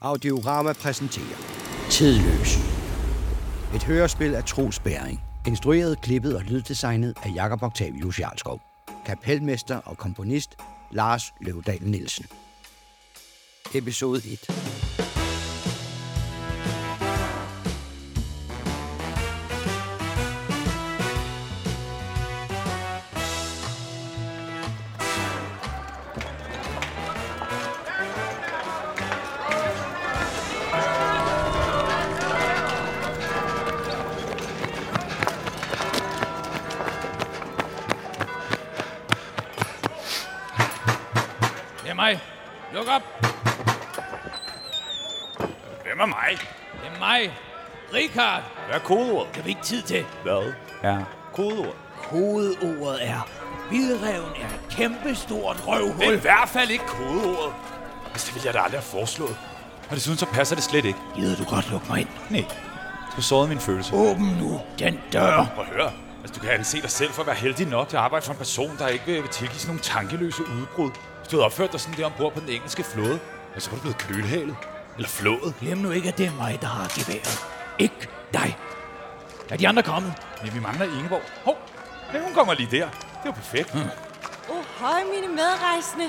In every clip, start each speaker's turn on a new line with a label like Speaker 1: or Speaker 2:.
Speaker 1: Audiorama præsenterer Tidløs. Et hørespil af Troels Bæring. Instrueret, klippet og lyddesignet af Jakob Octavius Jarlskov. Kapelmester og komponist Lars Løvdal Nielsen. Episode 1.
Speaker 2: Det er mig. Luk op.
Speaker 3: Hvem er mig?
Speaker 2: Det er mig. Richard,
Speaker 3: Hvad er kodeordet?
Speaker 2: det har vi ikke tid til.
Speaker 3: Hvad
Speaker 4: Ja.
Speaker 3: kodeord?
Speaker 2: Kodeordet er, vildreven er et kæmpestort
Speaker 3: Det er
Speaker 2: røvhul.
Speaker 3: i hvert fald ikke kodeordet. Altså, det ville jeg da aldrig have foreslået. Og desuden så passer det slet ikke.
Speaker 2: Gider du godt lukke mig ind?
Speaker 3: Nej. Du sårede min følelse.
Speaker 2: Åbn nu den dør.
Speaker 3: Prøv at høre. Altså, du kan anse dig selv for at være heldig nok til at arbejde for en person, der ikke vil, vil tilgive sådan nogle tankeløse udbrud. Hvis du havde opført dig sådan der ombord på den engelske flåde, ja, så var du blevet kølhalet. Eller flået.
Speaker 2: Glem nu ikke, at det er mig, der har geværet. Ikke dig. Er de andre kommet?
Speaker 3: Men vi mangler Ingeborg. Hov, men hun kommer lige der. Det er jo perfekt.
Speaker 2: Hm.
Speaker 3: Hmm.
Speaker 5: Åh, oh, hej mine medrejsende.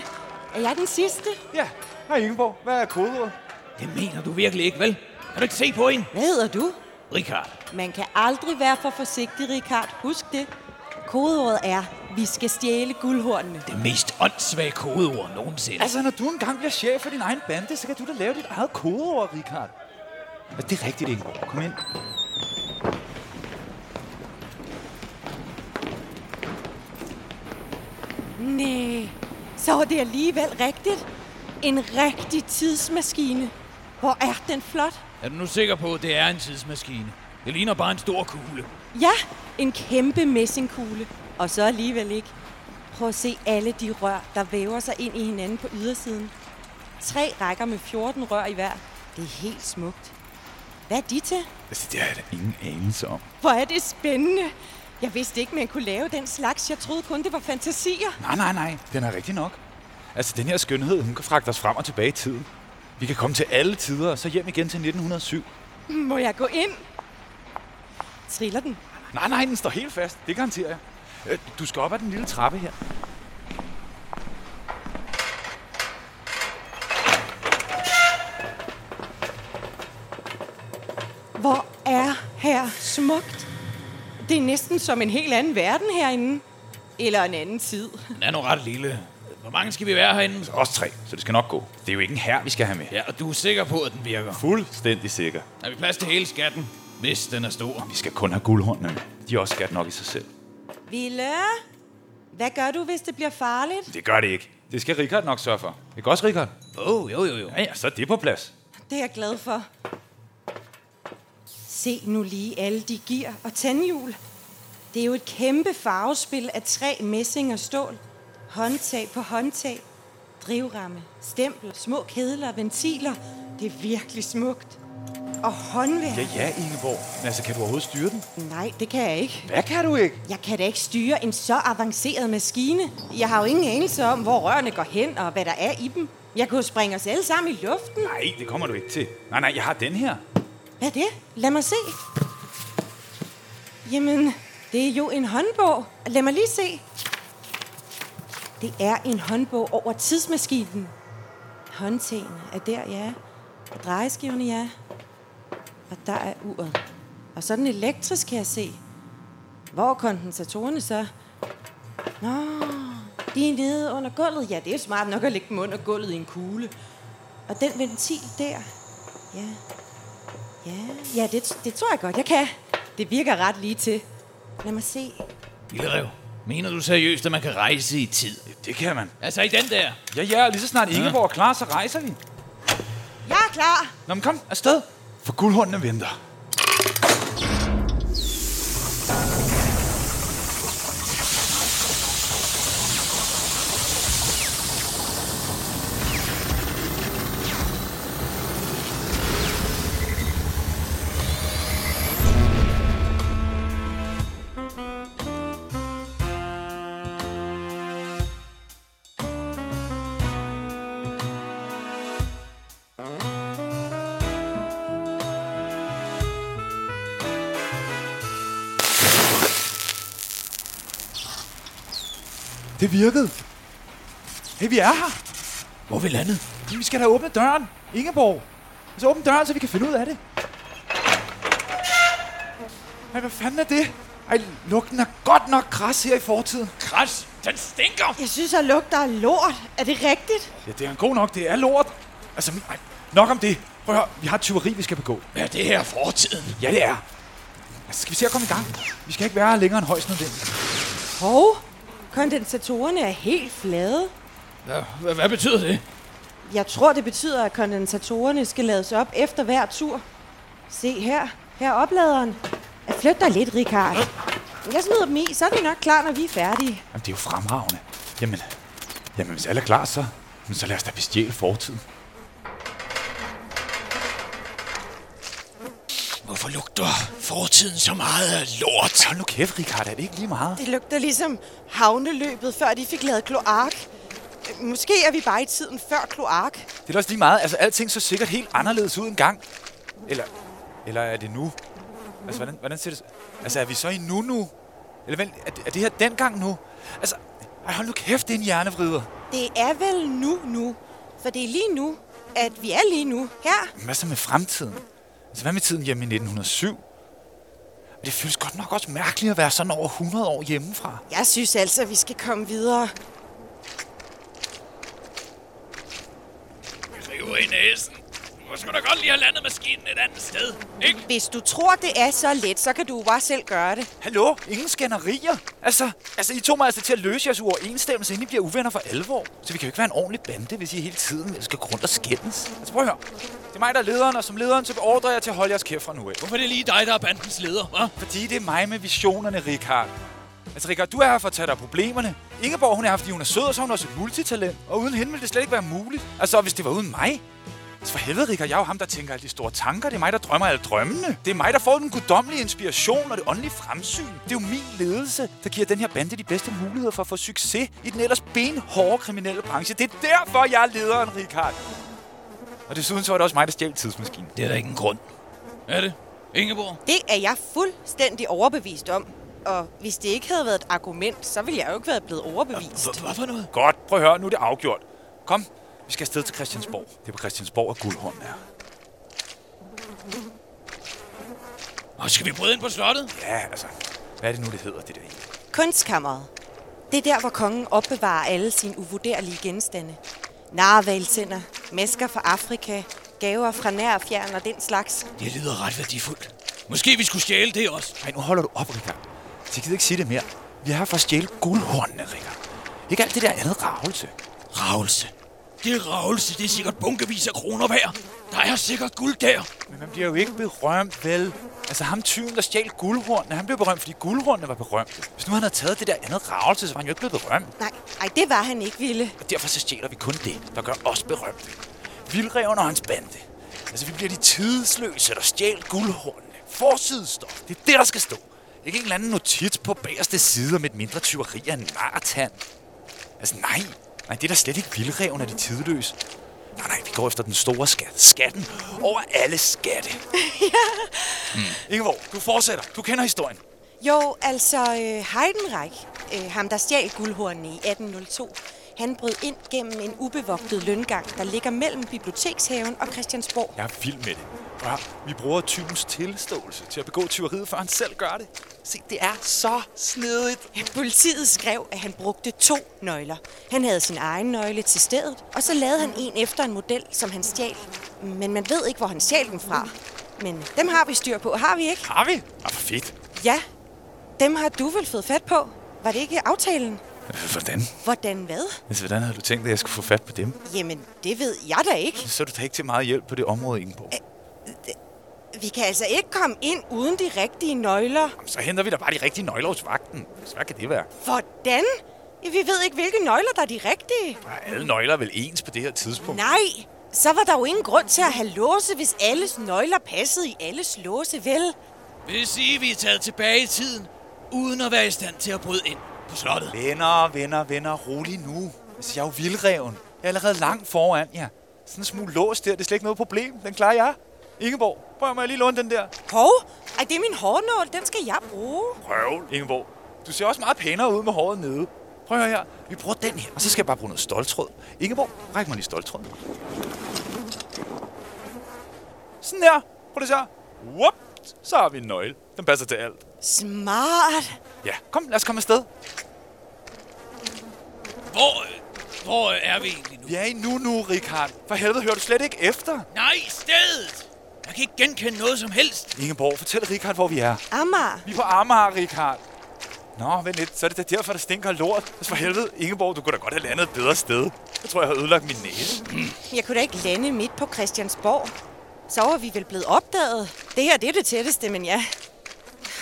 Speaker 5: Er jeg den sidste?
Speaker 3: Ja, hej Ingeborg. Hvad er kodeordet?
Speaker 2: Det mener du virkelig ikke, vel? Kan du ikke se på en?
Speaker 5: Hvad hedder du?
Speaker 2: Richard.
Speaker 5: Man kan aldrig være for forsigtig, Richard. Husk det. Kodeordet er, vi skal stjæle guldhornene.
Speaker 2: Det mest åndssvage kodeord nogensinde.
Speaker 3: Altså, når du engang bliver chef for din egen bande, så kan du da lave dit eget kodeord, Richard. Altså, det er rigtigt, Ingeborg. Kom ind.
Speaker 5: Næh, så var det alligevel rigtigt. En rigtig tidsmaskine. Hvor er den flot?
Speaker 2: Er du nu sikker på, at det er en tidsmaskine? Det ligner bare en stor kugle.
Speaker 5: Ja, en kæmpe messingkugle. Og så alligevel ikke. Prøv at se alle de rør, der væver sig ind i hinanden på ydersiden. Tre rækker med 14 rør i hver. Det er helt smukt. Hvad er de til?
Speaker 3: Altså, det har jeg da ingen anelse om.
Speaker 5: Hvor er det spændende. Jeg vidste ikke, man kunne lave den slags. Jeg troede kun, det var fantasier.
Speaker 3: Nej, nej, nej. Den er rigtig nok. Altså, den her skønhed, hun kan fragte os frem og tilbage i tiden. Vi kan komme til alle tider, og så hjem igen til 1907.
Speaker 5: Må jeg gå ind? Triller den?
Speaker 3: Nej, nej, den står helt fast. Det garanterer jeg. Øh, Du skal op ad den lille trappe her.
Speaker 5: Hvor er her smukt? Det er næsten som en helt anden verden herinde. Eller en anden tid.
Speaker 2: Den er nu ret lille. Hvor mange skal vi være herinde?
Speaker 3: Os tre, så det skal nok gå. Det er jo ikke en her, vi skal have med.
Speaker 2: Ja, og du er sikker på, at den virker.
Speaker 3: Fuldstændig sikker.
Speaker 2: Har vi plads til hele skatten? Hvis den er stor.
Speaker 3: Vi skal kun have guldhåndene med. De er også skat nok i sig selv.
Speaker 5: Ville, hvad gør du, hvis det bliver farligt?
Speaker 3: Det gør det ikke. Det skal Richard nok sørge for. Ikke også, Richard?
Speaker 2: Åh, oh, jo, jo, jo.
Speaker 3: Ja, ja, så er det på plads.
Speaker 5: Det er jeg glad for. Se nu lige alle de gear og tandhjul. Det er jo et kæmpe farvespil af træ, messing og stål. Håndtag på håndtag. Drivramme, stempler, små kedler og ventiler. Det er virkelig smukt. Og håndværk?
Speaker 3: Ja, ja, Ingeborg. Men altså, kan du overhovedet styre den?
Speaker 5: Nej, det kan jeg ikke.
Speaker 3: Hvad kan du ikke?
Speaker 5: Jeg kan da ikke styre en så avanceret maskine. Jeg har jo ingen anelse om, hvor rørene går hen og hvad der er i dem. Jeg kunne jo springe os alle sammen i luften.
Speaker 3: Nej, det kommer du ikke til. Nej, nej, jeg har den her.
Speaker 5: Hvad er det? Lad mig se. Jamen, det er jo en håndbog. Lad mig lige se. Det er en håndbog over tidsmaskinen. Håndtagene er der, ja. Og drejeskiven, ja. Og der er uret. Og så er den elektrisk, kan jeg se. Hvor er kondensatorerne så? Nå, de er nede under gulvet. Ja, det er smart nok at lægge dem under gulvet i en kugle. Og den ventil der. Ja, Ja, ja det, det tror jeg godt, jeg kan. Det virker ret lige til. Lad mig se.
Speaker 2: Ildrev, mener du seriøst, at man kan rejse i tid?
Speaker 3: Det kan man.
Speaker 2: Altså i den der.
Speaker 3: Ja, ja, og lige så snart Ingeborg er klar, så rejser vi.
Speaker 5: Jeg er klar.
Speaker 3: Nå, men kom afsted. For guldhundene venter. Det virkede. Hey, vi er her.
Speaker 2: Hvor er vi landet?
Speaker 3: Vi skal da åbne døren. Ingeborg. Altså åbne døren, så vi kan finde ud af det. Ej, hvad fanden er det? Ej, lugten er godt nok græs her i fortiden.
Speaker 2: Kras, den stinker!
Speaker 5: Jeg synes, at lugter af lort. Er det rigtigt?
Speaker 3: Ja, det er en god nok. Det er lort. Altså, men- ej, nok om det. Prøv at høre. Vi har et tyveri, vi skal begå.
Speaker 2: Hvad er det her fortiden?
Speaker 3: Ja, det er. Altså, skal vi se at komme i gang? Vi skal ikke være her længere end højst nødvendigt.
Speaker 5: Hov, kondensatorerne er helt flade.
Speaker 2: Hvad, hvad, hvad betyder det?
Speaker 5: Jeg tror, det betyder, at kondensatorerne skal lades op efter hver tur. Se her. Her er opladeren. Jeg flytter lidt, Richard. Jeg smider dem i, så er de nok klar, når vi er færdige.
Speaker 3: Jamen, det er jo fremragende. Jamen, jamen hvis alle er klar, så, men så lad os da bestjæle fortiden.
Speaker 2: Hvorfor lugter fortiden så meget af lort?
Speaker 3: Hold nu kæft, Richard. Er det ikke lige meget?
Speaker 5: Det lugter ligesom havneløbet, før de fik lavet kloak. Måske er vi bare i tiden før kloak.
Speaker 3: Det er da også lige meget. Altså, alting så sikkert helt anderledes ud engang. Eller, eller er det nu? Altså, hvordan, hvordan ser det... s- Altså, er vi så i nu nu? Eller vent, er det, er det her dengang nu? Altså, ej, hold nu kæft, det er en hjernevrider.
Speaker 5: Det er vel nu nu, for det er lige nu, at vi er lige nu her.
Speaker 3: Men hvad så med fremtiden? Altså, hvad med tiden hjemme i 1907? Men Det føles godt nok også mærkeligt at være sådan over 100 år hjemmefra.
Speaker 5: Jeg synes altså, at vi skal komme videre.
Speaker 2: Rive i næsen. Hvor skulle da godt lige have landet maskinen et andet sted, ikke?
Speaker 5: Hvis du tror, det er så let, så kan du jo bare selv gøre det.
Speaker 3: Hallo? Ingen skænderier? Altså, altså, I tog mig altså til at løse jeres uoverensstemmelse, inden I bliver uvenner for alvor. Så vi kan jo ikke være en ordentlig bande, hvis I hele tiden skal gå rundt og skændes. Altså, prøv at høre. Det er mig, der er lederen, og som lederen, så beordrer jeg til at holde jeres kæft fra nu af.
Speaker 2: Hvorfor er det lige dig, der er bandens leder, hva'?
Speaker 3: Fordi det er mig med visionerne, Richard. Altså, Richard, du er her for at tage dig af problemerne. Ingeborg, hun er her, fordi hun er sød, og så har hun også et multitalent. Og uden hende ville det slet ikke være muligt. Altså, hvis det var uden mig. Altså, for helvede, Richard, jeg er jo ham, der tænker alle de store tanker. Det er mig, der drømmer alle drømmene. Det er mig, der får den guddommelige inspiration og det åndelige fremsyn. Det er jo min ledelse, der giver den her bande de bedste muligheder for at få succes i den ellers benhårde kriminelle branche. Det er derfor, jeg er lederen, Richard. Og desuden så var det også mig, der stjal tidsmaskinen.
Speaker 2: Det er da ikke en grund. Er det? Ingeborg?
Speaker 5: Det er jeg fuldstændig overbevist om. Og hvis det ikke havde været et argument, så ville jeg jo ikke være blevet overbevist.
Speaker 2: Hvad, hvad for noget?
Speaker 3: Godt, prøv at høre, nu er det afgjort. Kom, vi skal afsted til Christiansborg. Det er på Christiansborg, at guldhorn er.
Speaker 2: Og skal vi bryde ind på slottet?
Speaker 3: Ja, altså, hvad er det nu, det hedder, det der egentlig?
Speaker 5: Kunstkammeret. Det er der, hvor kongen opbevarer alle sine uvurderlige genstande. Narvaltænder, masker fra Afrika, gaver fra nær og fjern og den slags.
Speaker 2: Det lyder ret værdifuldt. Måske vi skulle stjæle det også.
Speaker 3: Ej, nu holder du op, Richard. Så jeg gider ikke sige det mere. Vi er her for at stjæle guldhornene, Richard. Ikke alt det der andet ravelse.
Speaker 2: Ravelse. Det ravelse, det er sikkert bunkevis af kroner værd. Der er sikkert guld der.
Speaker 3: Men man bliver jo ikke berømt, vel? Altså ham tyven, der stjal guldhornene, han blev berømt, fordi guldhornene var berømte. Hvis nu han havde taget det der andet ravelse, så var han jo ikke blevet berømt.
Speaker 5: Nej, ej, det var han ikke ville.
Speaker 3: Og derfor så stjæler vi kun det, der gør os berømte. Vildreven og hans bande. Altså, vi bliver de tidsløse, der stjal guldhornene. Forsidestof, det er det, der skal stå. Ikke en eller anden notits på bagerste side om et mindre tyveri af en nartand. Altså, nej. Nej, det er da slet ikke vildreven af de tidløse. Nej, nej, vi går efter den store skat. Skatten over alle skatte. ja. Mm. Ingeborg, du fortsætter. Du kender historien.
Speaker 5: Jo, altså øh, Heidenreich, øh, ham der stjal guldhornene i 1802, han brød ind gennem en ubevogtet løngang, der ligger mellem Bibliotekshaven og Christiansborg.
Speaker 3: Jeg er vild med det. Prøv at høre, vi bruger tyvens tilståelse til at begå tyveriet, før han selv gør det. Se, det er så snedigt.
Speaker 5: Politiet skrev, at han brugte to nøgler. Han havde sin egen nøgle til stedet, og så lavede han en efter en model, som han stjal. Men man ved ikke, hvor han stjal den fra. Men dem har vi styr på, har vi ikke?
Speaker 3: Har vi? Ah, for fedt.
Speaker 5: Ja, dem har du vel fået fat på? Var det ikke aftalen?
Speaker 3: Hvordan?
Speaker 5: Hvordan hvad?
Speaker 3: Altså, hvordan havde du tænkt, at jeg skulle få fat på dem?
Speaker 5: Jamen, det ved jeg da ikke.
Speaker 3: Så er du da ikke til meget hjælp på det område, Ingeborg.
Speaker 5: Vi kan altså ikke komme ind uden de rigtige nøgler.
Speaker 3: Jamen, så henter vi da bare de rigtige nøgler hos vagten. Så hvad kan det være?
Speaker 5: Hvordan? Vi ved ikke, hvilke nøgler, der er de rigtige.
Speaker 3: Prøv at høre, Alle nøgler er vel ens på det her tidspunkt.
Speaker 5: Nej, så var der jo ingen grund til at have låse, hvis alles nøgler passede i alles låse, vel?
Speaker 2: Vil det sige, at vi er taget tilbage i tiden, uden at være i stand til at bryde ind på slottet?
Speaker 3: Venner, venner, venner, rolig nu. Altså, jeg er jo vildreven. Jeg er allerede langt foran jer. Sådan en smule lås der, det er slet ikke noget problem. Den klarer jeg. Ingeborg, prøv at må jeg lige låne den der.
Speaker 5: Hov, ej, det er min hårnål, den skal jeg bruge.
Speaker 3: Prøv, Ingeborg. Du ser også meget pænere ud med håret nede. Prøv at høre her. Vi bruger den her, og så skal jeg bare bruge noget stoltråd. Ingeborg, ræk mig lige stoltråd. Sådan der. Prøv det så. Whoop. Så har vi en nøgle. Den passer til alt.
Speaker 5: Smart.
Speaker 3: Ja, kom, lad os komme afsted.
Speaker 2: Hvor, øh, hvor øh, er vi egentlig nu?
Speaker 3: Vi er i nu nu, Richard. For helvede, hører du slet ikke efter?
Speaker 2: Nej, stedet! Jeg kan ikke genkende noget som helst.
Speaker 3: Ingeborg, fortæl Richard, hvor vi er.
Speaker 5: Amager.
Speaker 3: Vi er på Amager, Richard. Nå, vent lidt. Så er det da derfor, der stinker af lort. Altså for helvede, Ingeborg, du kunne da godt have landet et bedre sted. Jeg tror, jeg har ødelagt min næse.
Speaker 5: Jeg kunne da ikke lande midt på Christiansborg. Så var vi vel blevet opdaget. Det her, det er det tætteste, men ja.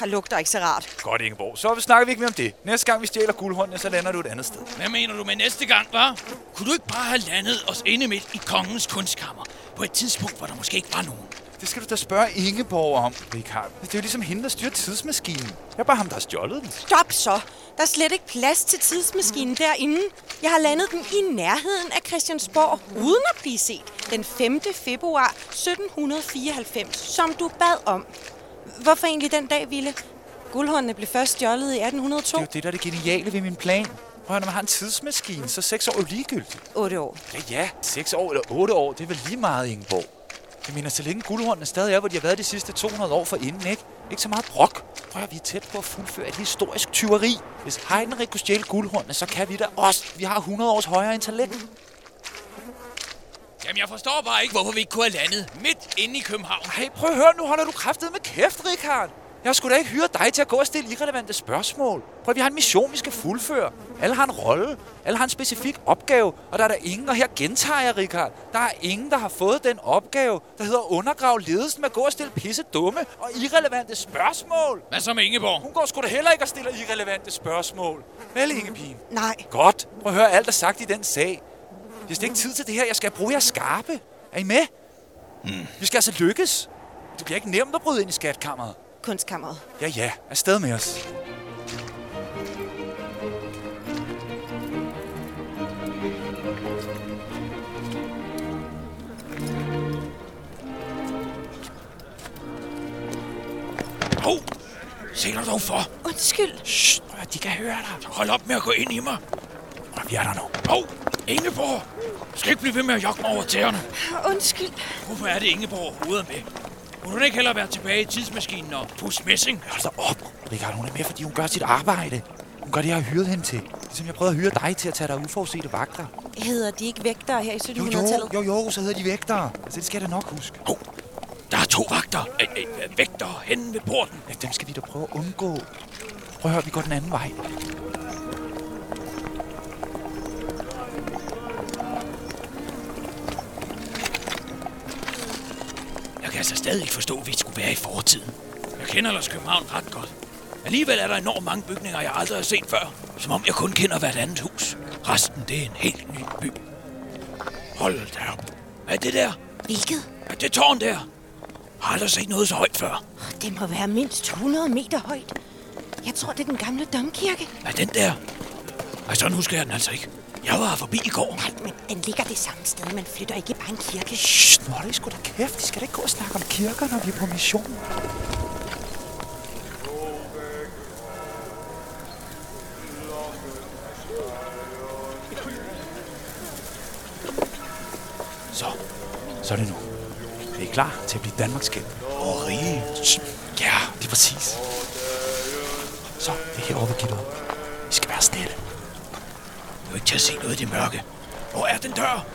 Speaker 5: Og lugter ikke så rart.
Speaker 3: Godt, Ingeborg. Så snakker vi ikke mere om det. Næste gang, vi stjæler guldhånden, så lander du et andet sted.
Speaker 2: Hvad mener du med næste gang, var? Kunne du ikke bare have landet os inde midt i kongens kunstkammer? På et tidspunkt, hvor der måske ikke var nogen.
Speaker 3: Det skal du da spørge Ingeborg om, Richard. Det er jo ligesom hende, der styrer tidsmaskinen. Jeg er bare ham, der har stjålet den.
Speaker 5: Stop så. Der er slet ikke plads til tidsmaskinen derinde. Jeg har landet den i nærheden af Christiansborg, uden at blive set. Den 5. februar 1794, som du bad om. Hvorfor egentlig den dag, Ville? Guldhåndene blev først stjålet i
Speaker 3: Det er
Speaker 5: 1802.
Speaker 3: jo det, der er det geniale ved min plan. Prøv at høre, når man har en tidsmaskine, så er seks år jo ligegyldigt.
Speaker 5: 8 år.
Speaker 3: Ja, ja. Seks år eller otte år, det er vel lige meget, Ingeborg. Jeg mener, så længe guldhåndene stadig er, hvor de har været de sidste 200 år for inden, ikke? Ikke så meget brok. Prøv at høre, vi er tæt på at fuldføre et historisk tyveri. Hvis Heidenrik kunne stjæle guldhåndene, så kan vi da også. Vi har 100 års højere intellekt.
Speaker 2: Jamen, jeg forstår bare ikke, hvorfor vi ikke kunne have landet midt inde i København.
Speaker 3: Hey, prøv at høre, nu holder du kraftet med kæft, Richard. Jeg skulle da ikke hyre dig til at gå og stille irrelevante spørgsmål. Prøv, vi har en mission, vi skal fuldføre. Alle har en rolle. Alle har en specifik opgave. Og der er der ingen, og her gentager jeg, Richard. Der er ingen, der har fået den opgave, der hedder at undergrave ledelsen med at gå og stille pisse dumme og irrelevante spørgsmål.
Speaker 2: Hvad så med Ingeborg?
Speaker 3: Hun går sgu da heller ikke og stiller irrelevante spørgsmål. Vel, Ingepigen?
Speaker 5: Nej,
Speaker 3: Godt. Prøv at høre, alt er sagt i den sag. Jeg har slet ikke tid til det her. Jeg skal bruge jer skarpe. Er I med? Mm. Vi skal altså lykkes. Det bliver ikke nemt at bryde ind i skatkammeret.
Speaker 5: kunstkammeret.
Speaker 3: Ja, ja. Afsted med os.
Speaker 2: Hov! Se dig dog for.
Speaker 5: Undskyld.
Speaker 2: Shh, prøv at høre, de kan høre dig. Hold op med at gå ind i mig.
Speaker 3: Og vi er der nu.
Speaker 2: Hov! Ingeborg! Du skal ikke blive ved med at jokke mig over tæerne.
Speaker 5: Undskyld.
Speaker 2: Hvorfor er det Ingeborg overhovedet er med? Kunne hun ikke hellere være tilbage i tidsmaskinen og hos Messing?
Speaker 3: Hold da op. Richard, hun er med, fordi hun gør sit arbejde. Hun gør det, jeg har hyret hende til. Ligesom jeg prøvede at hyre dig til at tage dig uforudsete vagter.
Speaker 5: Hedder de ikke vægtere her i
Speaker 3: Jo, jo,
Speaker 5: 1700-tallet?
Speaker 3: jo, jo, så hedder de vægtere. Altså, det skal jeg da nok huske.
Speaker 2: Hov! Der er to vagter. Æ, æ, æ, vægter henne ved porten.
Speaker 3: Ja, dem skal vi da prøve at undgå. Prøv at høre, vi går den anden vej.
Speaker 2: Jeg kan altså stadig ikke forstå, at vi skulle være i fortiden. Jeg kender ellers København ret godt. Alligevel er der enormt mange bygninger, jeg aldrig har set før. Som om jeg kun kender hvert andet hus. Resten, det er en helt ny by. Hold da op. Hvad er det der?
Speaker 5: Hvilket?
Speaker 2: Er det tårn der? Jeg har aldrig set noget så højt før.
Speaker 5: Det må være mindst 100 meter højt. Jeg tror, det er den gamle domkirke.
Speaker 2: Hvad er den der? Ej, sådan husker jeg den altså ikke. Jeg var her forbi i går.
Speaker 5: Nej, men den ligger det samme sted. Man flytter ikke bare en kirke.
Speaker 3: Shh, nu holder I sgu da kæft. I skal da ikke gå og snakke om kirker, når vi er på mission.
Speaker 2: Så,
Speaker 3: Så er det nu. Er I klar til at blive Danmarks kæmpe? Og rige. Ja, det er præcis. Så, det er herovre, vi giver op. Vi skal være stille.
Speaker 2: du er ikke til at se noget i det mørke. Hvor er den dør?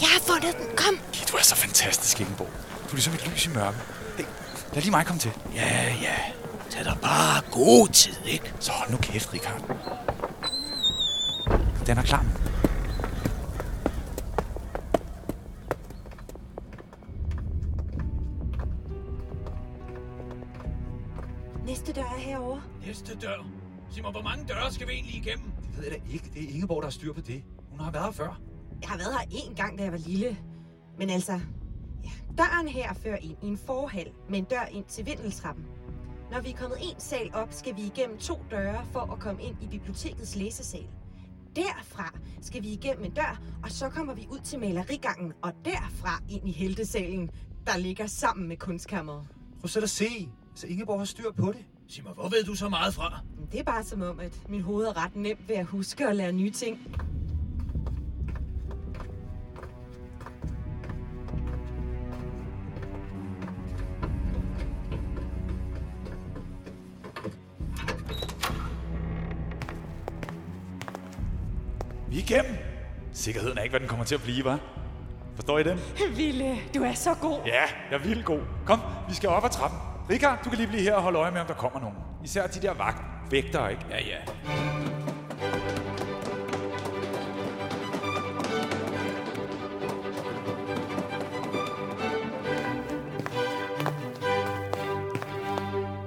Speaker 5: Jeg har fundet den. Kom.
Speaker 3: Ja, du er så fantastisk, Ingeborg. Du er ligesom et lys i mørke. Hey, lad lige mig komme til.
Speaker 2: Ja, ja. Tag dig bare god tid, ikke?
Speaker 3: Så hold nu kæft, Richard. Den er klar.
Speaker 5: Næste dør er herovre.
Speaker 2: Næste dør. Sig mig, hvor mange døre skal vi egentlig igennem?
Speaker 3: Det ved jeg da ikke. Det er Ingeborg, der har styr på det. Hun har været her før.
Speaker 5: Jeg har været her én gang, da jeg var lille. Men altså, ja, døren her fører ind i en forhal med en dør ind til vindeltrappen. Når vi er kommet en sal op, skal vi igennem to døre for at komme ind i bibliotekets læsesal. Derfra skal vi igennem en dør, og så kommer vi ud til malerigangen, og derfra ind i heltesalen, der ligger sammen med kunstkammeret.
Speaker 3: Prøv så at se. Så Altså, Ingeborg har styr på det.
Speaker 2: Sig mig, hvor ved du så meget fra?
Speaker 5: Det er bare som om, at min hoved er ret nemt ved at huske og lære nye ting.
Speaker 3: Vi er igennem. Sikkerheden er ikke, hvad den kommer til at blive, hva'? Forstår I den?
Speaker 5: Ville, du er så god.
Speaker 3: Ja, jeg er vildt god. Kom, vi skal op ad trappen. Rikard, du kan lige blive her og holde øje med, om der kommer nogen. Især de der vagt. Vægter ikke.
Speaker 2: Ja, ja.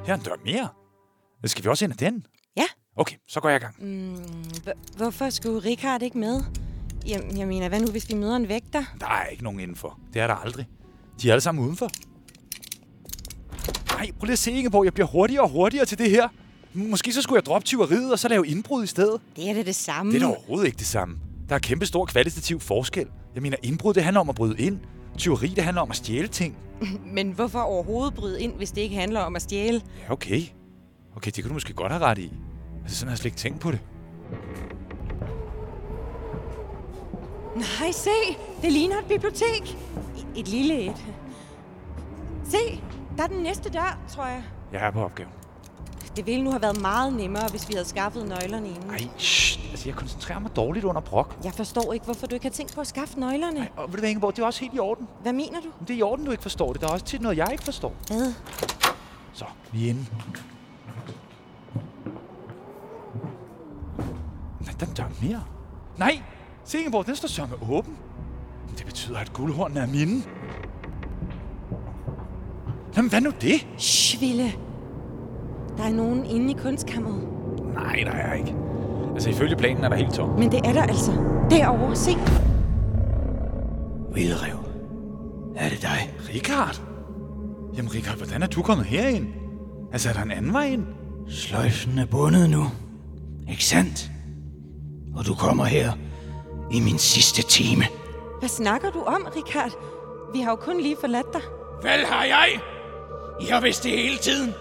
Speaker 3: Her er en dør mere. Skal vi også ind ad den?
Speaker 5: Ja.
Speaker 3: Okay, så går jeg i gang. Mm.
Speaker 5: H- hvorfor skulle Richard ikke med? Jamen, jeg mener, hvad nu, hvis vi møder en vægter?
Speaker 3: Der er ikke nogen indenfor. Det er der aldrig. De er alle sammen udenfor. Nej, prøv lige at se, Ingeborg. Jeg bliver hurtigere og hurtigere til det her. Måske så skulle jeg droppe tyveriet og så lave indbrud i stedet.
Speaker 5: Det er da det samme.
Speaker 3: Det er da overhovedet ikke det samme. Der er kæmpe stor kvalitativ forskel. Jeg mener, indbrud, det handler om at bryde ind. Tyveri, det handler om at stjæle ting.
Speaker 5: Men hvorfor overhovedet bryde ind, hvis det ikke handler om at stjæle?
Speaker 3: Ja, okay. Okay, det kan du måske godt have ret i. Altså, sådan har jeg slet ikke tænkt på det.
Speaker 5: Nej, se! Det ligner et bibliotek. Et, et lille et. Se, der er den næste dør, tror jeg.
Speaker 3: Jeg er på opgaven.
Speaker 5: Det ville nu have været meget nemmere, hvis vi havde skaffet nøglerne inden.
Speaker 3: Ej, shh. Altså, jeg koncentrerer mig dårligt under brok.
Speaker 5: Jeg forstår ikke, hvorfor du ikke har tænkt på at skaffe nøglerne.
Speaker 3: Ej, og ved du hvad, Ingeborg, det er også helt i orden.
Speaker 5: Hvad mener du?
Speaker 3: Men det er i orden, du ikke forstår det. Der er også tit noget, jeg ikke forstår.
Speaker 5: Hvad?
Speaker 3: Så, vi er inde. Nej, den dør mere. Nej, se Ingeborg, den står sørme åben. Men Det betyder, at guldhornene er mine. Jamen, hvad nu det?
Speaker 5: Shh, Ville. Der er nogen inde i kunstkammeret.
Speaker 3: Nej, der er ikke. Altså, ifølge planen er der helt tom.
Speaker 5: Men det er der altså. Derovre, se.
Speaker 2: Vildrev. Er det dig?
Speaker 3: Richard? Jamen, Richard, hvordan er du kommet herind? Altså, er der en anden vej ind?
Speaker 2: Sløjfen er bundet nu. Ikke sandt? Og du kommer her i min sidste time.
Speaker 5: Hvad snakker du om, Richard? Vi har jo kun lige forladt dig.
Speaker 2: Vel har jeg! I har vidst det hele tiden.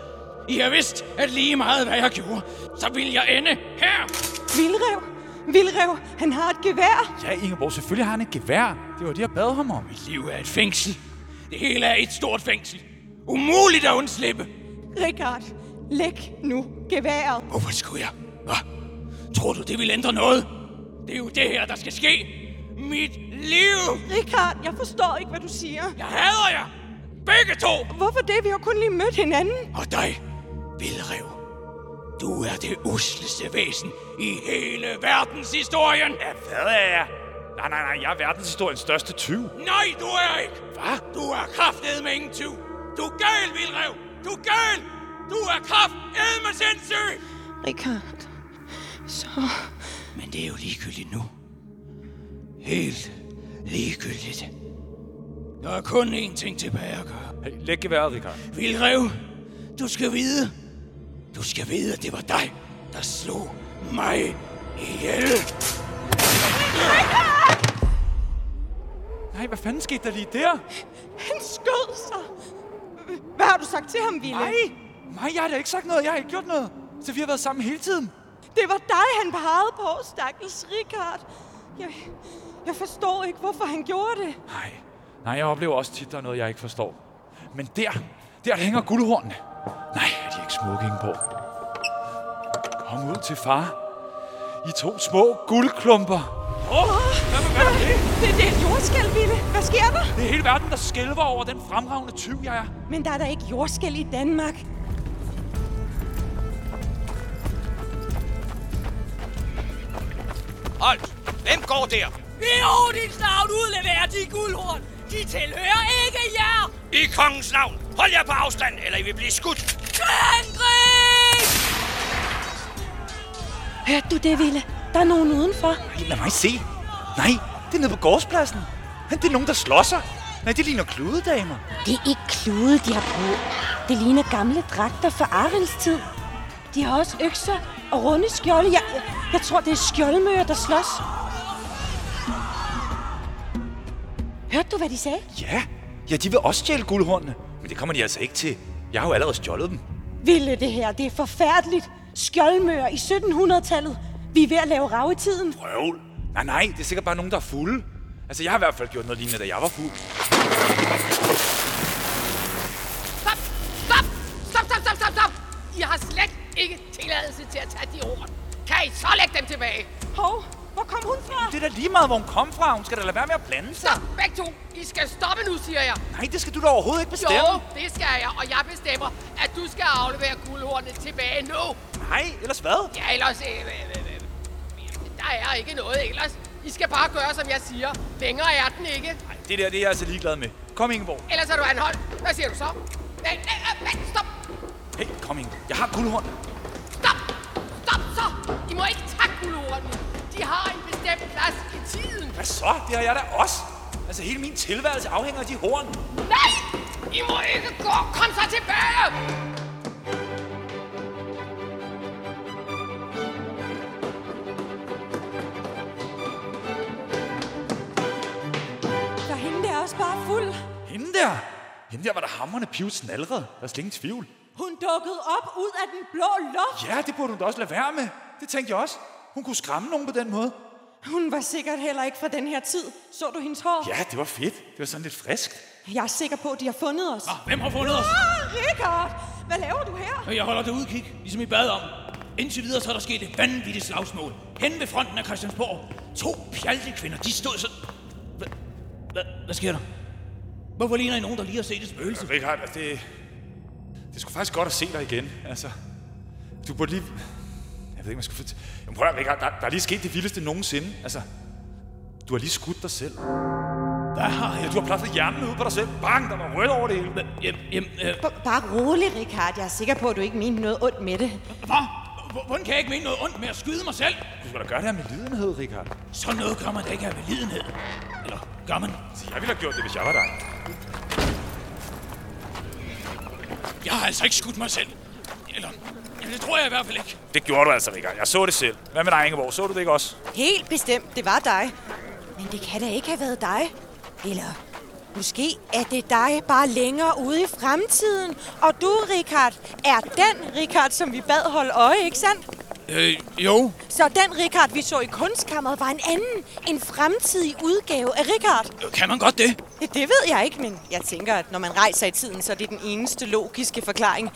Speaker 2: I har vidst, at lige meget hvad jeg gjorde, så vil jeg ende her.
Speaker 5: Vildrev! Vildrev, han har et gevær!
Speaker 3: Ja, Ingeborg, selvfølgelig har han et gevær. Det var det, jeg bad ham om.
Speaker 2: Mit liv er et fængsel. Det hele er et stort fængsel. Umuligt at undslippe.
Speaker 5: Richard, læg nu geværet!
Speaker 2: Hvorfor skulle jeg? Hva? Tror du, det vil ændre noget? Det er jo det her, der skal ske. Mit liv!
Speaker 5: Richard, jeg forstår ikke, hvad du siger.
Speaker 2: Jeg hader jer! Begge to!
Speaker 5: Hvorfor det? Vi har jo kun lige mødt hinanden.
Speaker 2: Og dig, vildrev. Du er det usleste væsen i hele verdenshistorien.
Speaker 3: Ja, hvad er jeg? Nej, nej, nej, jeg er verdenshistoriens største tyv.
Speaker 2: Nej, du er ikke! Hvad? Du er kraftedme ingen tyv. Du er gal, vildrev! Du er gal! Du er kraftedme sindssyg!
Speaker 5: Richard, så...
Speaker 2: Men det er jo ligegyldigt nu. Helt ligegyldigt. Der er kun én ting tilbage at gøre.
Speaker 3: Hey, læg geværet, Richard.
Speaker 2: Vildrev, du skal vide. Du skal vide, at det var dig, der slog mig ihjel.
Speaker 3: Nej, hvad fanden skete der lige der?
Speaker 5: Han skød sig! Hvad har du sagt til ham, Ville?
Speaker 3: Nej, nej, jeg har da ikke sagt noget. Jeg har ikke gjort noget. Så vi har været sammen hele tiden.
Speaker 5: Det var dig, han pegede på, stakkels Richard. Jeg, jeg forstår ikke, hvorfor han gjorde det.
Speaker 3: Nej, nej, jeg oplever også tit, der er noget, jeg ikke forstår. Men der, der hænger guldhornene. Nej, er de ikke smukke, Ingeborg? Kom ud til far. I to små guldklumper. Åh, oh, hvad, hvad er det?
Speaker 5: Ah, Det, det er et jordskæld, Ville. Hvad sker der?
Speaker 3: Det er hele verden, der skælver over den fremragende tyv, jeg er.
Speaker 5: Men der er da ikke jordskæld i Danmark.
Speaker 4: Holt, hvem går der?
Speaker 6: I Odins navn udleverer de guldhorn. De tilhører ikke jer.
Speaker 4: I kongens navn. Hold jer på afstand, eller I vil blive skudt.
Speaker 6: Angrig!
Speaker 5: Hørte du det, Ville? Der er nogen udenfor.
Speaker 3: Nej, lad mig se. Nej, det er nede på gårdspladsen. Det er nogen, der slår sig. Nej, det ligner kludedamer.
Speaker 5: Det er ikke klude, de har på. Det ligner gamle dragter fra Arils tid. De har også økser og runde skjolde. Jeg, jeg, jeg tror, det er skjoldmøger, der slås. Hørte du, hvad de sagde?
Speaker 3: Ja, ja, de vil også stjæle guldhornene. Men det kommer de altså ikke til. Jeg har jo allerede stjålet dem.
Speaker 5: Ville det her, det er forfærdeligt. Skjoldmøer i 1700-tallet. Vi er ved at lave rav i tiden.
Speaker 3: Røvl. Nej, nej, det er sikkert bare nogen, der er fulde. Altså, jeg har i hvert fald gjort noget lignende, da jeg var fuld.
Speaker 6: Stop! Stop! Stop, stop, stop, stop, stop! I har slet ikke tilladelse til at tage de ord. Kan I så lægge dem tilbage?
Speaker 5: Hov, hvor kom hun fra?
Speaker 3: Det er da lige meget, hvor hun kom fra. Hun skal da lade være med at blande sig.
Speaker 6: Stop, begge to! I skal stoppe nu, siger jeg.
Speaker 3: Nej, det skal du da overhovedet ikke bestemme.
Speaker 6: Jo, det skal jeg, og jeg bestemmer, at du skal aflevere guldhornene tilbage nu.
Speaker 3: Nej, ellers hvad?
Speaker 6: Ja, ellers... Øh, øh, øh, øh, der er ikke noget ellers. I skal bare gøre, som jeg siger. Længere er den ikke.
Speaker 3: Nej, det der, det er jeg altså ligeglad med. Kom, Ingeborg.
Speaker 6: Ellers er du anholdt. Hvad siger du så? Nej, nej, øh, nej, stop!
Speaker 3: Hey, kom, Ingeborg. Jeg har guldhorn.
Speaker 6: Stop! Stop så! I må ikke tage guldhornene. De har en bestemt plads i tiden.
Speaker 3: Hvad så? Det har jeg da også. Altså, hele min tilværelse afhænger af de horn.
Speaker 6: Nej! I må ikke gå! Kom så tilbage!
Speaker 5: Der er hende der også bare fuld.
Speaker 3: Hende der. Hende der var der hammerne pivsen allerede. Der er slet ingen tvivl.
Speaker 5: Hun dukkede op ud af den blå luft.
Speaker 3: Ja, det burde hun da også lade være med. Det tænkte jeg også. Hun kunne skræmme nogen på den måde.
Speaker 5: Hun var sikkert heller ikke fra den her tid. Så du hendes hår?
Speaker 3: Ja, det var fedt. Det var sådan lidt friskt.
Speaker 5: Jeg er sikker på, at de har fundet os.
Speaker 2: Hvem har fundet os?
Speaker 5: Ah, Richard! Hvad laver du her?
Speaker 2: Jeg holder det udkig, ligesom I bad om. Indtil videre så er der sket et vanvittigt slagsmål. Hen ved fronten af Christiansborg. To pjalte kvinder, de stod så... Hvad, hvad, hvad sker der? Hvorfor ligner I nogen, der lige har set et spøgelse?
Speaker 3: Richard, altså, det... Det skulle faktisk godt at se dig igen, altså. Du burde lige... Jeg ved ikke, man skulle... Jamen, prøv at høre, Richard, der, der er lige sket det vildeste nogensinde. Altså, du har lige skudt dig selv.
Speaker 2: Hvad har
Speaker 3: Ja,
Speaker 2: jeg?
Speaker 3: du har plastret hjernen ud på dig selv. Bang, der var rødt over det hele.
Speaker 2: Hvad- Jamen, jamen, øh,
Speaker 5: B- bare rolig, Richard. Jeg er sikker på, at du ikke mente noget ondt med det.
Speaker 2: hvad? Hvor- Hvordan kan jeg ikke mene noget ondt med at skyde mig selv?
Speaker 3: Du skal da gøre det her med lidenhed, Richard.
Speaker 2: Sådan noget gør man da ikke af velidenhed. Eller gør man?
Speaker 3: Så jeg ville have gjort det, hvis jeg var dig.
Speaker 2: Jeg har altså ikke skudt mig selv. Eller, ja, det tror jeg i hvert fald ikke.
Speaker 3: Det gjorde du altså, Richard. Jeg så det selv. Hvad med dig, Ingeborg? Så du det ikke også?
Speaker 5: Helt bestemt, det var dig. Men det kan da ikke have været dig. Eller måske er det dig bare længere ude i fremtiden. Og du, Richard, er den Richard, som vi bad holde øje, ikke sandt?
Speaker 2: Øh, jo.
Speaker 5: Så den Richard, vi så i kunstkammeret, var en anden, en fremtidig udgave af Richard.
Speaker 2: Øh, Kan man godt det?
Speaker 5: Ja, Det ved jeg ikke, men jeg tænker, at når man rejser i tiden, så er det den eneste logiske forklaring.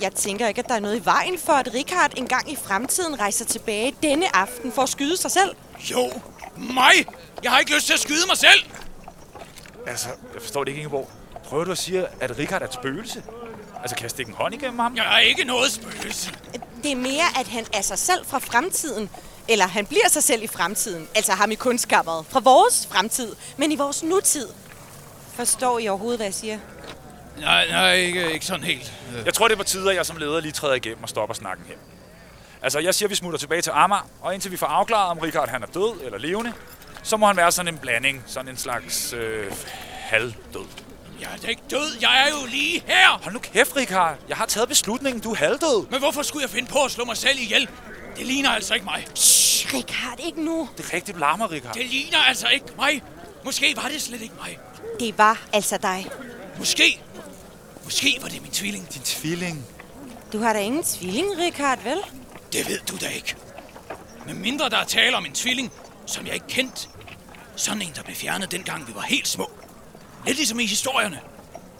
Speaker 5: Jeg tænker ikke, at der er noget i vejen for, at Richard engang i fremtiden rejser tilbage denne aften for at skyde sig selv.
Speaker 2: Jo. Mig? Jeg har ikke lyst til at skyde mig selv.
Speaker 3: Altså, jeg forstår det ikke, Ingeborg. Prøver du at sige, at Richard er et spøgelse? Altså, kan jeg stikke en hånd igennem ham?
Speaker 2: Jeg er ikke noget spøgelse.
Speaker 5: Det er mere, at han er sig selv fra fremtiden. Eller han bliver sig selv i fremtiden. Altså ham i kunstkammeret. Fra vores fremtid, men i vores nutid. Forstår I overhovedet, hvad jeg siger?
Speaker 2: Nej, nej, ikke, ikke sådan helt. Øh.
Speaker 3: Jeg tror, det er på tide, at jeg som leder lige træder igennem og stopper snakken her. Altså, jeg siger, at vi smutter tilbage til Amager, og indtil vi får afklaret, om Richard han er død eller levende, så må han være sådan en blanding, sådan en slags øh, halvdød.
Speaker 2: Jeg er da ikke død. Jeg er jo lige her.
Speaker 3: Hold nu kæft, Richard. Jeg har taget beslutningen. Du er halvdød.
Speaker 2: Men hvorfor skulle jeg finde på at slå mig selv ihjel? Det ligner altså ikke mig.
Speaker 5: Shh, Richard, ikke nu.
Speaker 3: Det er rigtigt, du larmer, Richard.
Speaker 2: Det ligner altså ikke mig. Måske var det slet ikke mig.
Speaker 5: Det var altså dig.
Speaker 2: Måske. Måske var det min tvilling.
Speaker 3: Din tvilling.
Speaker 5: Du har da ingen tvilling, Richard, vel?
Speaker 2: Det ved du da ikke. Men mindre der er tale om en tvilling, som jeg ikke kendte. Sådan en, der blev fjernet dengang vi var helt små. Lidt ligesom i historierne.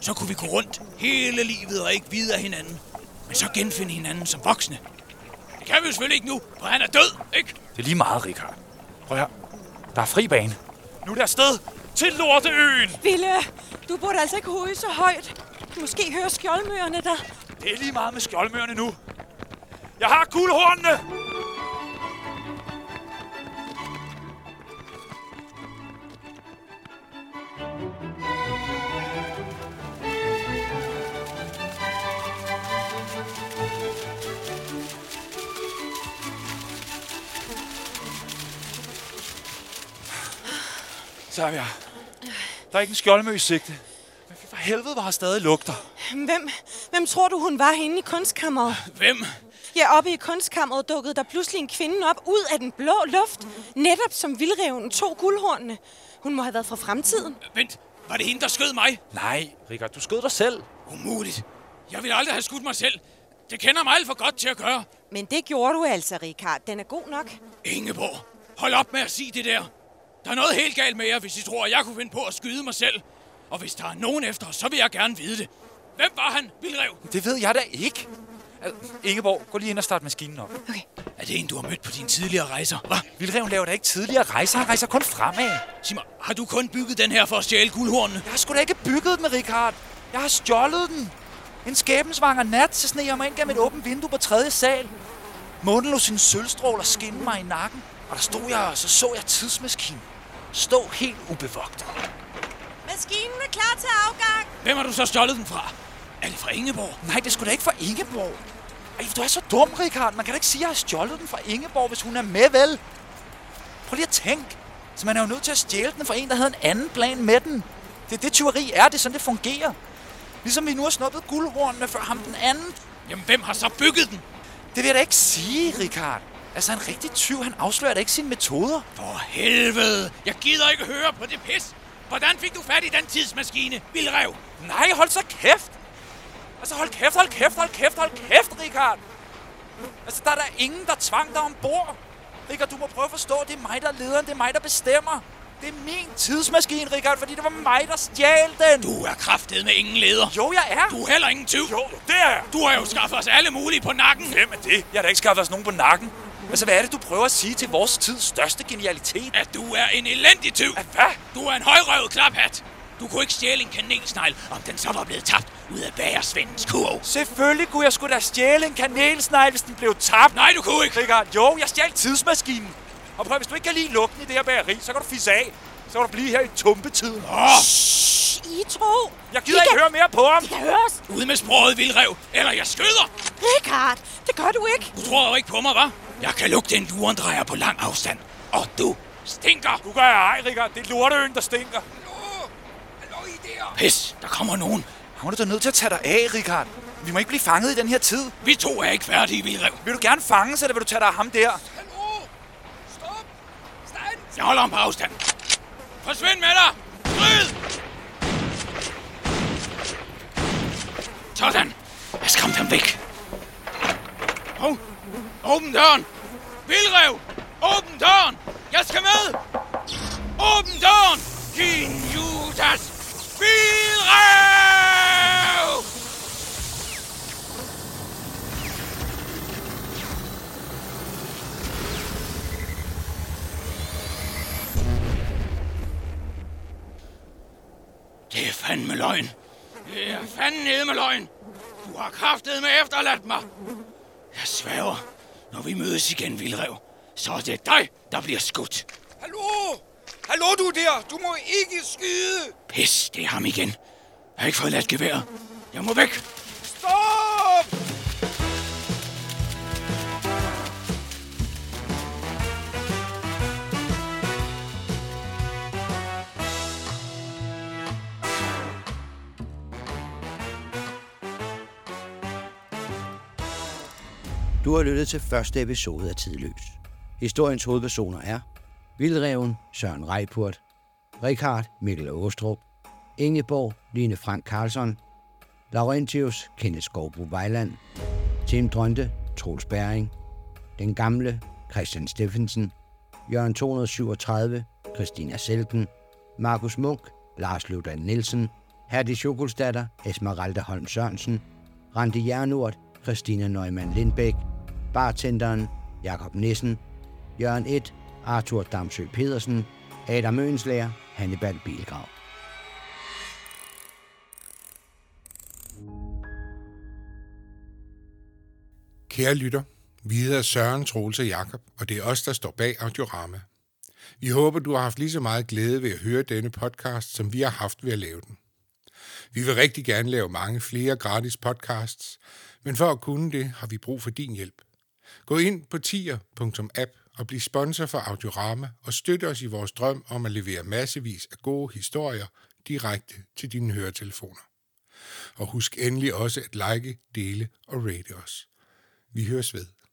Speaker 2: Så kunne vi gå rundt hele livet og ikke vide af hinanden. Men så genfinde hinanden som voksne. Det kan vi jo selvfølgelig ikke nu, for han er død, ikke?
Speaker 3: Det er lige meget, Richard. Prøv her. Der er fri bane. Nu er der sted til Lorteøen.
Speaker 5: Ville, du burde altså ikke hovedet så højt. Måske hører skjoldmøerne der.
Speaker 3: Det er lige meget med skjoldmøerne nu. Jeg har guldhornene! Så er vi her. Der er ikke en skjoldmø i sigte. Men for helvede, var her stadig lugter.
Speaker 5: Hvem, hvem tror du, hun var henne i kunstkammeret?
Speaker 2: Hvem?
Speaker 5: Ja, oppe i kunstkammeret dukkede der pludselig en kvinde op ud af den blå luft. Netop som vildreven tog guldhornene. Hun må have været fra fremtiden.
Speaker 2: Vent, var det hende, der skød mig?
Speaker 3: Nej, Richard, du skød dig selv.
Speaker 2: Umuligt. Jeg ville aldrig have skudt mig selv. Det kender mig alt for godt til at gøre.
Speaker 5: Men det gjorde du altså, Richard. Den er god nok.
Speaker 2: Ingeborg, hold op med at sige det der. Der er noget helt galt med jer, hvis I tror, at jeg kunne finde på at skyde mig selv. Og hvis der er nogen efter, os, så vil jeg gerne vide det. Hvem var han, Vildrev?
Speaker 3: Det ved jeg da ikke. Altså, Ingeborg, gå lige ind og start maskinen op.
Speaker 2: Er det en, du har mødt på dine tidligere rejser? Hvad?
Speaker 3: Vildreven laver da ikke tidligere rejser. Han rejser kun fremad.
Speaker 2: Sig mig, har du kun bygget den her for at stjæle guldhornene?
Speaker 3: Jeg har sgu da ikke bygget den, Richard. Jeg har stjålet den. En skæbensvanger nat, så sneg jeg mig ind gennem et åbent vindue på tredje sal. Månen lå sine sølvstråler skinne mig i nakken, og der stod jeg, og så så jeg tidsmaskinen. Stå helt ubevogtet.
Speaker 5: Maskinen er klar til afgang.
Speaker 2: Hvem har du så stjålet den fra? Er det fra Ingeborg?
Speaker 3: Nej, det skulle da ikke fra Ingeborg. Ej, du er så dum, Richard. Man kan da ikke sige, at jeg har stjålet den fra Ingeborg, hvis hun er med, vel? Prøv lige at tænke. Så man er jo nødt til at stjæle den fra en, der havde en anden plan med den. Det er det, tyveri er. Det er sådan, det fungerer. Ligesom vi nu har snuppet guldhornene før ham den anden.
Speaker 2: Jamen, hvem har så bygget den?
Speaker 3: Det vil jeg da ikke sige, Richard. Altså, en rigtig tyv, han afslører da ikke sine metoder.
Speaker 2: For helvede! Jeg gider ikke høre på det pis! Hvordan fik du fat i den tidsmaskine, Vildrev?
Speaker 3: Nej, hold så kæft! Altså, hold kæft, hold kæft, hold kæft, hold kæft, Richard! Altså, der er der ingen, der tvang dig ombord. Richard, du må prøve at forstå, det er mig, der er lederen, det er mig, der bestemmer. Det er min tidsmaskine, Richard, fordi det var mig, der stjal den.
Speaker 2: Du er kraftet med ingen leder.
Speaker 3: Jo, jeg er.
Speaker 2: Du er heller ingen tyv.
Speaker 3: Jo, det er jeg.
Speaker 2: Du har jo skaffet os alle mulige på nakken.
Speaker 3: Hvem er det? Jeg har da ikke skaffet os nogen på nakken. Altså, hvad er det, du prøver at sige til vores tids største genialitet?
Speaker 2: At du er en elendig tyv.
Speaker 3: At hvad?
Speaker 2: Du er en højrøvet klaphat. Du kunne ikke stjæle en kanelsnegl, om den så var blevet tabt ud af bagersvendens kurv.
Speaker 3: Selvfølgelig kunne jeg skulle da stjæle en kanelsnegl, hvis den blev tabt.
Speaker 2: Nej, du kunne ikke.
Speaker 3: Richard, jo, jeg stjal tidsmaskinen. Og prøv, hvis du ikke kan lide lugten i det her bageri, så kan du fisse af. Så kan du blive her i tumpetiden.
Speaker 2: Åh,
Speaker 5: Shh, I to.
Speaker 3: Jeg gider ikke høre mere på ham.
Speaker 5: Det kan høres.
Speaker 2: ud med sproget, Vildrev, eller jeg skyder.
Speaker 5: Richard, det gør du ikke.
Speaker 2: Du tror jo ikke på mig, hva'? Jeg kan lugte en lurendrejer på lang afstand. Og du stinker.
Speaker 3: Du gør jeg ej, Richard. Det er lorteøen, der stinker.
Speaker 2: Pis, der kommer nogen.
Speaker 3: Nu er du da nødt til at tage dig af, Richard. Vi må ikke blive fanget i den her tid.
Speaker 2: Vi to er ikke færdige, Vildrev.
Speaker 3: Vil du gerne fanges, eller vil du tage dig af ham der?
Speaker 2: Jeg holder ham på afstand. Forsvind med dig! Skyd! Sådan. Jeg skræmte ham væk. Hov. Åbn døren! Vildrev! Åbn døren! Jeg skal med! Åbn døren! Din Judas! Vildrev! Det er fandme løgn. Det er fandme nede med løgn. Du har kraftet med efterladt mig. Jeg sværger, når vi mødes igen, Vildrev, så er det dig, der bliver skudt.
Speaker 4: Hallo? Hallo du der, du må ikke skyde!
Speaker 2: Pis, det er ham igen. Jeg har ikke fået ladt geværet. Jeg må væk.
Speaker 4: Stop!
Speaker 1: Du har lyttet til første episode af Tidløs. Historiens hovedpersoner er Vildreven Søren Reipurt, Richard Mikkel Åstrup, Ingeborg Line Frank Karlsson, Laurentius Kenneth Skovbro Vejland, Tim Drønte Troels Bæring, Den Gamle Christian Steffensen, Jørgen 237 Christina Selten, Markus Munk Lars Løvdal Nielsen, Herdi Sjokolstatter Esmeralda Holm Sørensen, Randi Jernort Christina Neumann Lindbæk, bartenderen Jakob Nissen, Jørgen 1, Arthur Damsø Pedersen, Adam Øenslager, Hannibal Bilgrav.
Speaker 7: Kære lytter, vi hedder Søren, Troels og Jakob, og det er os, der står bag Audiorama. Vi håber, du har haft lige så meget glæde ved at høre denne podcast, som vi har haft ved at lave den. Vi vil rigtig gerne lave mange flere gratis podcasts, men for at kunne det, har vi brug for din hjælp. Gå ind på tier.app og bliv sponsor for Audiorama og støt os i vores drøm om at levere massevis af gode historier direkte til dine høretelefoner. Og husk endelig også at like, dele og rate os. Vi høres ved.